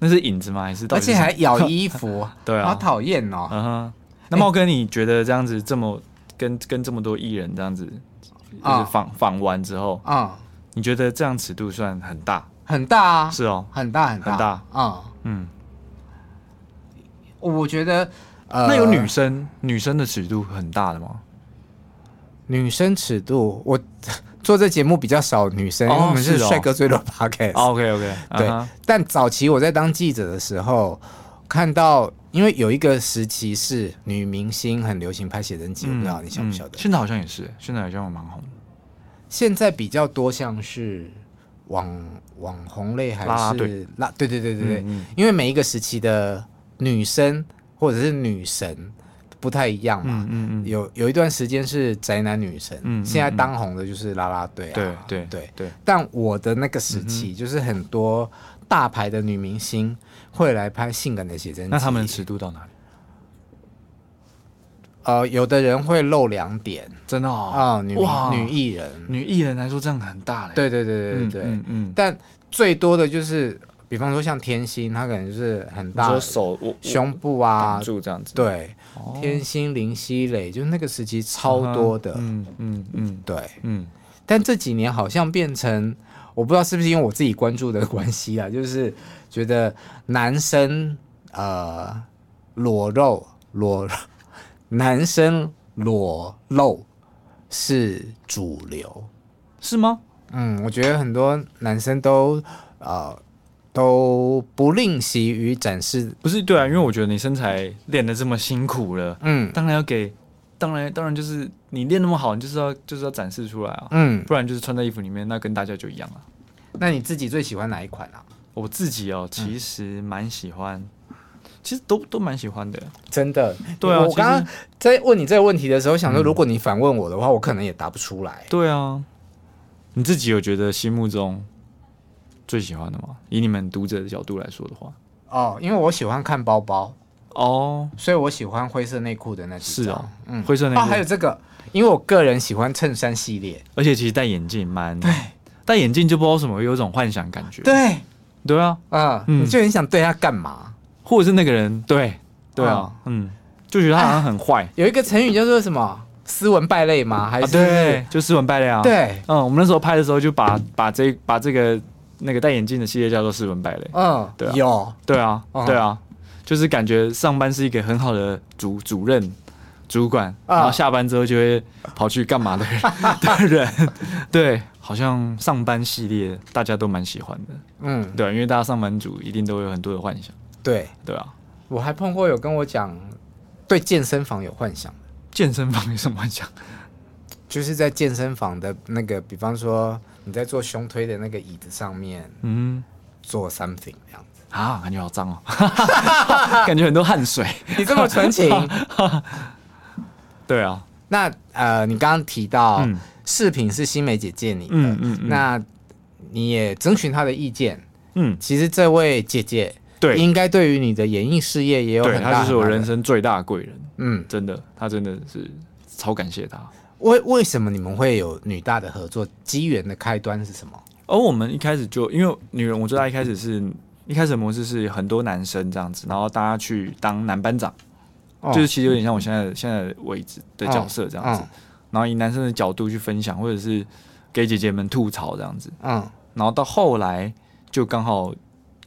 那是影子吗？还是到而底是且什么还 咬衣服，对啊好讨厌哦。嗯哼。那茂哥，你觉得这样子这么跟跟这么多艺人这样子，就是啊访访完之后，嗯，你觉得这样尺度算很大？很大啊，是哦，很大很大很大。嗯，嗯，我觉得呃，那有女生女生的尺度很大的吗？女生尺度，我 做这节目比较少女生，因为哦我们是是哦啊帅哥最多 podcast。 OK OK，对，但早期我在当记者的时候，看到因为有一个时期是女明星很流行拍写真集，我不知道你晓不晓得。嗯现在好像也是，现在好像蛮红的，现在比较多像是网网红类还是啦啦队啦对对对对对，嗯嗯因为每一个时期的女生或者是女神不太一样嘛。嗯嗯嗯，有有一段时间是宅男女神，嗯嗯嗯现在当红的就是啦啦队啊，对嗯对对对，但我的那个时期，就是很多大牌的女明星会来拍性感的写真集。那他们的尺度到哪里？呃，有的人会露两点真的哦，啊、女哇女艺人。女艺人来说这样很大嘞，对对对对嗯对。嗯嗯，但最多的就是，比方说像天心，她可能就是很你大说手我胸部挡啊，住这样子，对，哦，天心、林熙蕾，就那个时期超多的。嗯嗯嗯对，嗯，但这几年好像变成，我不知道是不是因为我自己关注的 关系啊，就是觉得男生呃裸露裸， 男生裸露是主流。是吗？嗯，我觉得很多男生都呃都不吝惜于展示。不是对啊，因为我觉得你身材练得这么辛苦了，嗯当然要给，当然当然就是你练那么好，你就是要就是要展示出来啊，嗯，不然就是穿在衣服里面，那跟大家就一样啊。那你自己最喜欢哪一款啊？我自己哦，其实蛮喜欢，其实都都蛮喜欢的。真的，对啊我刚刚其嗯在问你这个问题的时候，想说如果你反问我的话，我可能也答不出来。对啊，你自己有觉得心目中最喜欢的吗？以你们读者的角度来说的话，哦，因为我喜欢看包包，哦，所以我喜欢灰色内裤的那几是张。哦，嗯，灰色那哦，还有个，这个，因为我个人喜欢衬衫系列。而且其实戴眼镜蛮，戴眼镜就不知道为什么，有一种幻想感觉。对，对啊，啊、嗯你就很想对他干嘛？或者是那个人，对对啊，嗯，就觉得他好像很坏有一个成语叫做什么“斯文败类”吗？还啊，是、对，就斯文败类啊。，对，嗯，我们那时候拍的时候就把把这把这个那个戴眼镜的系列叫做斯文败类。嗯，对啊有对啊，嗯对啊，就是感觉上班是一个很好的主主任、主管，啊然后下班之后就会跑去干嘛的 人的人，对，好像上班系列大家都蛮喜欢的，嗯，对啊、因为大家上班族一定都有很多的幻想，对，对啊，我还碰过有跟我讲对健身房有幻想的，健身房有什么幻想？就是在健身房的那个，比方说你在做胸推的那个椅子上面嗯。做 something 这样子。啊，感觉好脏哦， 感觉很多汗水。你这么纯 情，对啊，那呃，你刚刚提到嗯饰品是新梅姐借你的，嗯嗯嗯那你也征询她的意见。嗯，其实这位姐姐对应该对于你的演艺事业也有对，很大他就是我很大的人生最大的贵人，嗯，真的，他真的是超感谢他。为为什么你们会有女大的合作？机缘的开端是什么？而我们一开始就因为女人，我最大一开始是一开始的模式是很多男生这样子，然后大家去当男班长，哦就是其实有点像我现在的现在的位置的角色这样子，然后以男生的角度去分享，或者是给姐姐们吐槽这样子。嗯，嗯然后到后来就刚好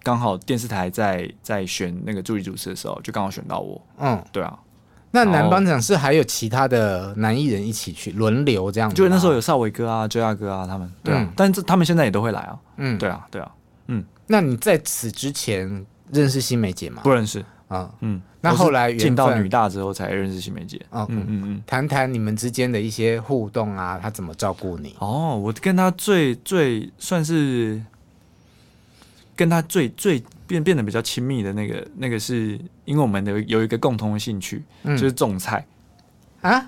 刚好电视台在在选那个助理主持的时候，就刚好选到我，嗯，对啊，那男班长是还有其他的男艺人一起去轮流这样子吗，就那时候有少伟哥啊、追亚哥啊他们，对啊，嗯但是他们现在也都会来啊，嗯，对啊，对啊，那你在此之前认识新梅姐吗？不认识，嗯，嗯，那我是后来缘分进到女大之后才认识新梅姐，哦嗯嗯嗯，谈谈你们之间的一些互动啊，她怎么照顾你？哦，我跟她最最算是跟她最最变变得比较亲密的那个那个是因为我们的有一个共同的兴趣，嗯就是种菜，啊，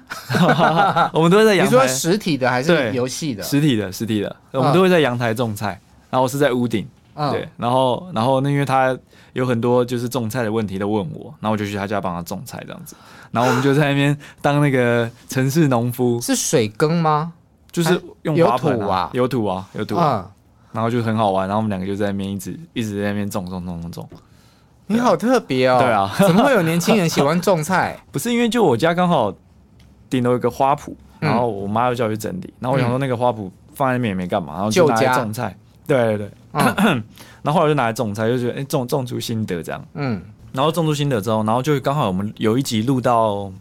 我们都会在你阳说台。实体的还是对游戏的？实体的，实体的，我们都会在阳台种菜，然后我是在屋顶，嗯对，，然后然后那因为他有很多就是种菜的问题都问我，然后我就去他家帮他种菜这样子，然后我们就在那边当那个城市农夫，是水耕吗？就是用啊有花盆土啊有土啊，有土啊，嗯，然后就很好玩，然后我们两个就在那边一直一直在那边种种种种种，你好特别哦。对啊 怎么会有年轻人喜欢种菜？ 不是因为就我家刚好顶楼有个花圃，嗯然后我妈又叫我去整理，然后我想说那个花圃放在那边也没干嘛，然后就旧拿来家种菜，对对对，嗯 然后后来我就拿来种菜，就觉得哎、种种出心得这样。嗯然后种出心得之后，然后就刚好我们有一集录到，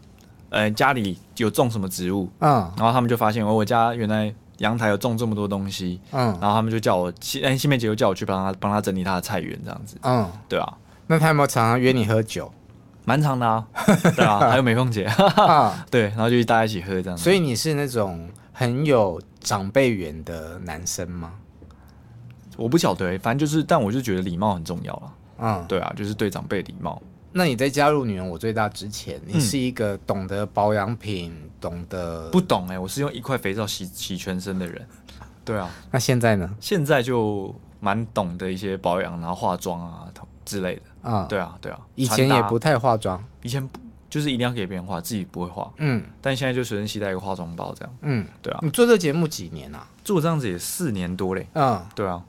呃，家里有种什么植物，嗯然后他们就发现，哦，我家原来阳台有种这么多东西，嗯然后他们就叫我，新哎，新梅姐又叫我去帮她帮她整理她的菜园，这样子，嗯，对啊，那他有没有常常约你喝 酒蛮长的啊，对啊，还有美凤姐， 啊？对，然后就大家一起喝这样子，所以你是那种很有长辈缘的男生吗？我不晓得，欸反正就是，但我就觉得礼貌很重要了，嗯，对啊，就是对长辈礼貌，那你在加入女人我最大之前，你嗯是一个懂得保养品、懂得不懂哎、我是用一块肥皂洗洗全身的人，对啊，那现在呢？现在就蛮懂得一些保养，然后化妆啊之类的。啊、对啊，对啊，以前也不穿搭，太化妆。以前不就是一定要给别人画，自己不会画，嗯但现在就随身携带一个化妆包这样。嗯，对啊，你做这节目几年啊？做这样子也四年多嘞。嗯，对啊，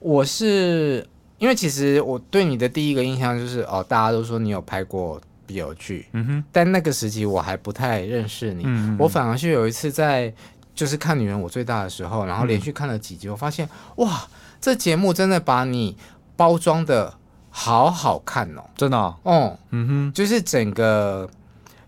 我是因为其实我对你的第一个印象就是哦，大家都说你有拍过笔友剧，嗯哼，但那个时期我还不太认识你，嗯嗯嗯我反而是有一次在就是看《女人我最大》的时候，然后连嗯续看了几集，我发现哇，这节目真的把你包装的好好看哦，真的啊、哦、嗯就是整个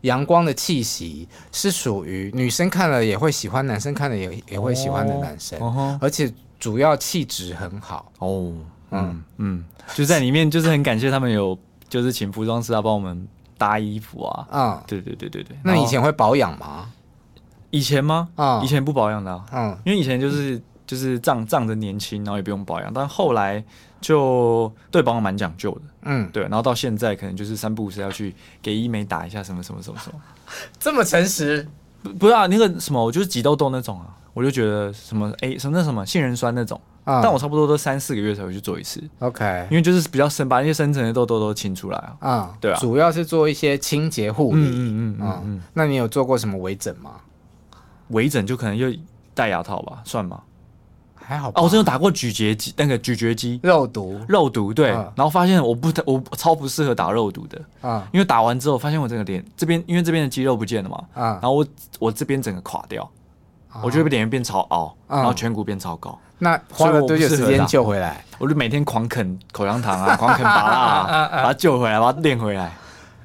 阳光的气息是属于女生看了也会喜欢，男生看了也也会喜欢的男生，哼，哦吼而且主要气质很好。哦，嗯嗯，就在里面就是很感谢他们有，就是请服装师啊帮我们搭衣服啊。嗯，对对对对对。那然你后以前会保养吗？以前吗？啊、哦以前不保养的、啊，嗯因为以前就是就是仗仗着年轻，然后也不用保养，但后来就对保养蛮讲究的。嗯，对，然后到现在可能就是三不五时要去给医美打一下什么什么什么什么，这么诚实。不不是啊，那个什么，我就是挤痘痘那种啊，我就觉得什么哎什么那什么杏仁酸那种，嗯但我差不多都三四个月才会去做一次， OK 因为就是比较深，把那些深层的痘痘都清出来啊。啊、对啊主要是做一些清洁护理。嗯嗯嗯嗯嗯，那你有做过什么微整吗？微整就可能又戴牙套吧，算吗？还好吧。哦，我真的打过咀嚼肌，那个咀嚼肌肉毒肉毒，对，嗯然后发现我不太我超不适合打肉毒的，啊因为打完之后发现我整个脸这边，因为这边的肌肉不见了嘛，啊然，后我我这边整个垮掉。我就会脸变超凹，嗯然后颧骨变超高，那花了多久时所以我不适合间打救回来？我就每天狂啃口香糖啊，狂啃芭拉啊，把它救回来，把它练回来。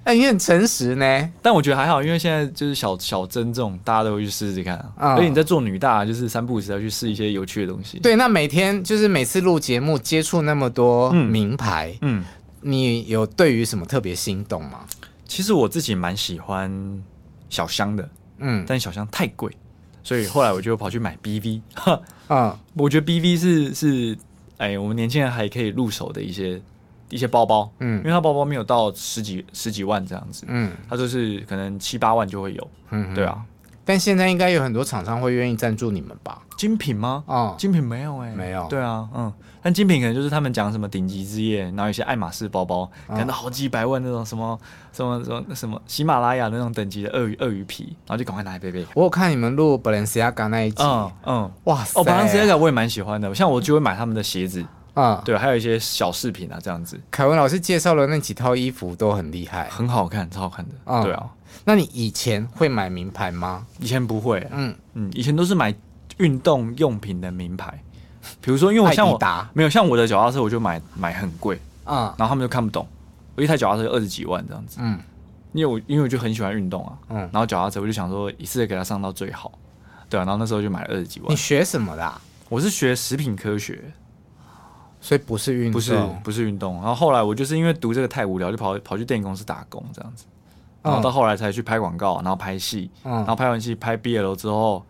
哎、你很诚实呢。但我觉得还好，因为现在就是小小针这种，大家都会去试试看啊。嗯而且你在做女大，就是三不五时要去试一些有趣的东西。，对，那每天就是每次录节目接触那么多嗯名牌，嗯，你有对于什么特别心动吗？其实我自己蛮喜欢小香的，嗯但小香太贵，所以后来我就跑去买 BV。哈嗯 我觉得 BV 是是，哎，我们年轻人还可以入手的一些一些包包，因嗯为它包包没有到十几十几万这样子。嗯它就是可能七八万就会有，嗯，对啊，但现在应该有很多厂商会愿意赞助你们吧？精品吗？哦精品没有哎、没有对啊，嗯，但精品可能就是他们讲什么顶级之夜，然后有些爱马仕包包，可能好几百万那种什么什么什么什么喜马拉雅那种等级的鳄鱼鳄鱼皮，然后就赶快拿来背背看。我有看你们录 Balenciaga 那一集，嗯嗯，哇塞，哦，巴朗斯那个我也蛮喜欢的，像我就会买他们的鞋子，啊、对，还有一些小饰品啊，这样子凯文老师介绍的那几套衣服都很厉害。很好看，超好看的。嗯对啊，那你以前会买名牌吗？以前不会、嗯，嗯，以前都是买运动用品的名牌，比如说因为我像爱我迪达没有像我的脚踏车，我就买买很贵，啊、然后他们就看不懂，我一台脚踏车就二十几万这样子，嗯，因为我因为我就很喜欢运动啊，嗯然后脚踏车我就想说一次给它上到最好，对啊，然后那时候就买了二十几你万。学嗯什么的啊、我是学食品科学，所以不是运动，不是不是运动，然后后来我就是因为读这个太无聊，就跑跑去电影公司打工这样子，然后到后来才去拍广告，然后拍戏，嗯然后拍完戏拍 BL 之后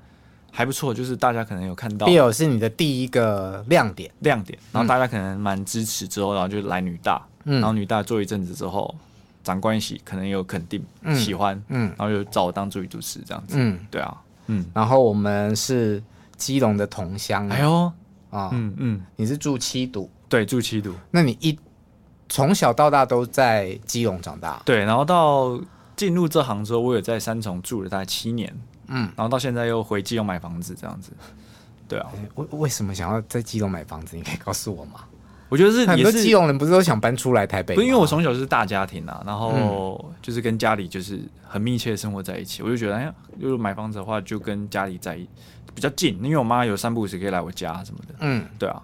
还不错，就是大家可能有看到 BL 是你的第一个亮点。亮点，然后大家可能蛮支持之后，然后就来女大，嗯然后女大做一阵子之后，长官喜可能也有肯定、嗯喜欢，嗯然后就找我当助理主持这样子，嗯，对啊，嗯，然后我们是基隆的同乡，哎呦，啊、嗯嗯，你是住七堵，对，住七度，那你一从小到大都在基隆长大，对，然后到进入这行之后，我有在三重住了大概七年，嗯，然后到现在又回基隆买房子这样子，对啊，为为什么想要在基隆买房子？你可以告诉我 吗？我觉得是很也多是基隆人不是都想搬出来台北吗？嗯不是因为我从小就是大家庭啊，然后就是跟家里就是很密切的生活在一起，我就觉得哎呀，如果买房子的话，就跟家里在一比较近，因为我妈有三不五时可以来我家什么的。嗯，对啊，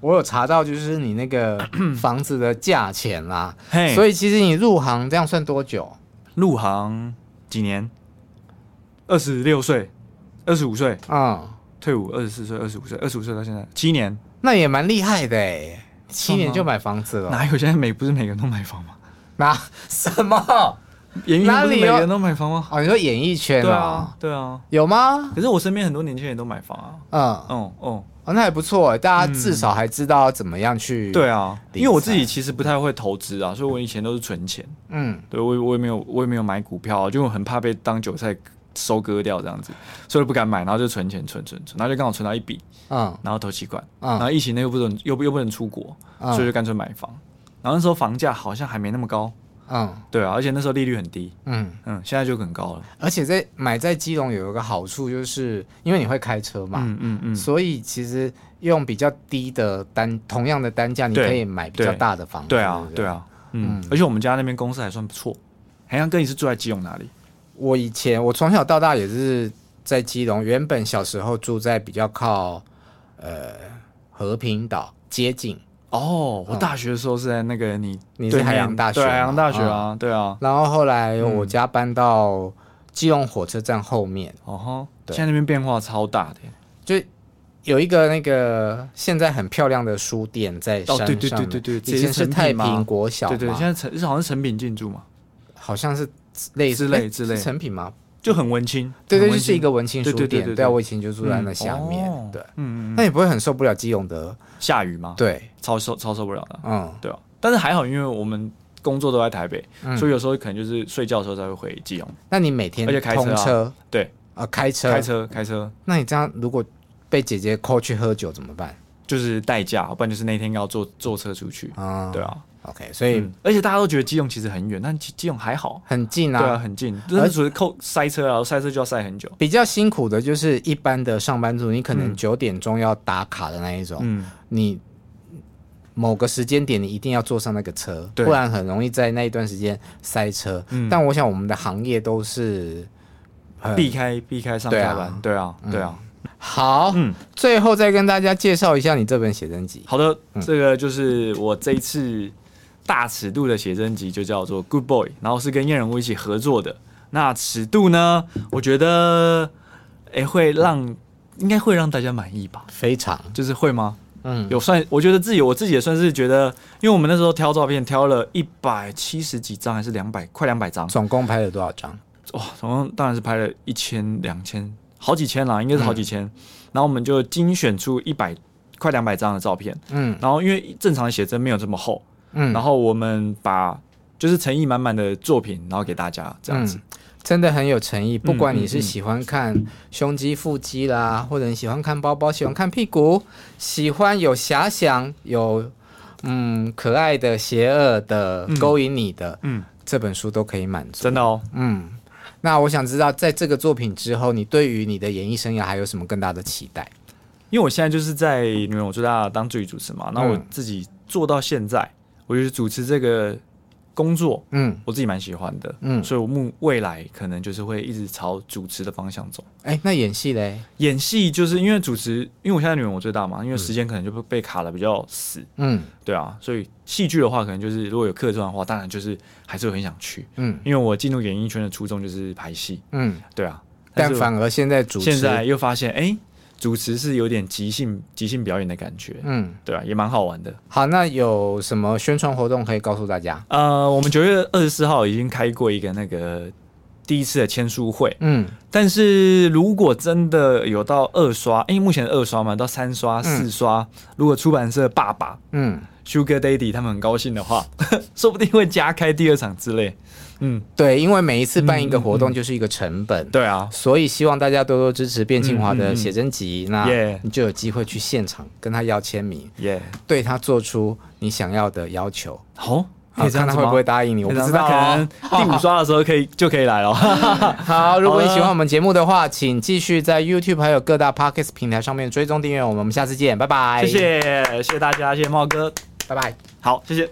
我有查到就是你那 个房子的价钱啦，嘿所以以其实你入行这样算多久？入行几年？二十六岁，二十五岁嗯，退伍，二十四岁，二十五岁，二十五岁到现在七年，那也蛮厉害的哎，七年吗就买房子了，哪有现在每不是每个人都买房吗？那什么？演艺 圈哪不里啊有是每个人都买房吗？哦，你说演艺圈对哦啊，对啊。有吗？可是我身边很多年轻人都买房啊，嗯，嗯嗯，哦，那还不错，大家至少还知道怎么样去。对，啊，理因为我自财己其实不太会投资啊，所以我以前都是存钱。嗯，对我也我也没有我也没有买股票、啊就我很怕被当韭菜收割掉这样子，所以不敢买，然后就存钱存存存，然后就刚好存到一笔，嗯然后投期款，嗯然后疫情那又不能又不又不能出国，嗯所以就干脆买房。然后那时候房价好像还没那么高，嗯对啊，而且那时候利率很低，嗯，嗯，现在就很高了，而且在买在基隆有一个好处，就是因为你会开车嘛，嗯嗯嗯，所以其实用比较低的单，同样的单价，你对可以买比较对大的房子。对啊不对。啊，嗯，而且我们家那边公司还算不错，好像跟你是住在基隆哪里？我以前我从小到大也是在基隆，原本小时候住在比较靠呃和平岛接近，哦，我大学的时候是在那个你你是对面海洋大学嗯对海吗洋大学啊，对啊，然后后来嗯我家搬到基隆火车站后面。哦吼，对现在那边变化超大的耶。就有一个那个现在很漂亮的书店在山哦上对面，对对对对以前是太平国小嘛，对对，现在成好像是成品进驻嘛，好像是类似之类诶之类是成品吗？就很文青。对对，很就文是青一个文青书对对对店，对对对啊，我以前就住在那下面嗯哦，对，嗯嗯那你不会很受不了基隆的？嗯，下雨嘛，，对，超受超受不了的，嗯对啊。但是还好，因为我们工作都在台北，嗯所以有时候可能就是睡觉的时候才会回基隆。那你每天而且开车啊通车对，啊，开车，开，车开车那你这样如果被姐姐扣去喝酒怎么办？就是代驾，不然就是那天要坐坐车出去。啊，对啊， ，OK，所以嗯，而且大家都觉得基隆其实很远，但基基隆还好，很近对啊，啊。很近，就是属于扣塞车啊，塞车就要塞很久。比较辛苦的就是一般的上班族，你可能九点钟要打卡的那一种，嗯，你某个时间点你一定要坐上那个车，对不然很容易在那一段时间塞车。嗯但我想我们的行业都是很避开避开上对啊下班，哎对啊，对啊。好。嗯最后再跟大家介绍一下你这本写真集。好的，这个就是我这一次大尺度的写真集，就叫做《Good Boy》，然后是跟燕人物一起合作的。那尺度呢，我觉得诶、会让应该会让大家满意吧？非常，就是会吗？嗯，有算，我觉得自己我自己也算是觉得，因为我们那时候挑照片挑了一百七十几张，还是两百快两百张，总共拍了多少张？哇，总共当然是拍了一千、两千，好几千啦，应该是好几千。然后我们就精选出一百快两百张的照片，嗯然后因为正常的写真没有这么厚，嗯，然后我们把就是诚意满满的作品，然后给大家这样子。嗯嗯真的很有诚意。不管你是喜欢看胸肌、腹肌啦，或者你喜欢看包包、喜欢看屁股、喜欢有遐想、有嗯可爱的、邪恶的、勾引你的，嗯这本书都可以满足。真的哦，嗯，那我想知道，在这个作品之后，你对于你的演艺生涯还有什么更大的期待？因为我现在就是在你们我最大当助理主持嘛，那我嗯自己做到现在，我就是主持这个工作，嗯，我自己蛮喜欢的，嗯所以我目未来可能就是会一直朝主持的方向走。哎，那演戏嘞？演戏就是因为主持，因为我现在女人我最大嘛，因为时间可能就被被卡的比较死，嗯对啊，所以戏剧的话，可能就是如果有客串的话，当然就是还是会很想去，嗯因为我进入演艺圈的初衷就是排戏，嗯，对啊，但是反而现在主持，现在又发现，哎、主持是有点即兴即兴表演的感觉，嗯，对啊，也蛮好玩的。好，那有什么宣传活动可以告诉大家？呃，我们九月二十四号已经开过一个那个第一次的签书会，嗯但是如果真的有到二刷，因为目前二刷嘛，到三刷、四刷，如果出版社爸爸嗯。 Sugar Daddy 他们很高兴的话， 说不定会加开第二场之类。嗯，对，因为每一次办一个活动就是一个成本，对啊，所以希望大家多多支持卞庆华嗯嗯的嗯写真集， Yeah 那你就有机会去现场跟他要签名，耶、对他做出你想要的要求。好、可好以这啊样看子他吗会不会答应你，我不知道、那哦。可能第五刷的时候可以就可以来了。好，如果你好了喜欢我们节目的话，请继续在 YouTube 还有各大 Podcast 平台上面追踪订阅我们。我们下次见，拜拜。谢，谢，谢谢大家，谢谢茂哥。拜拜。好，谢谢。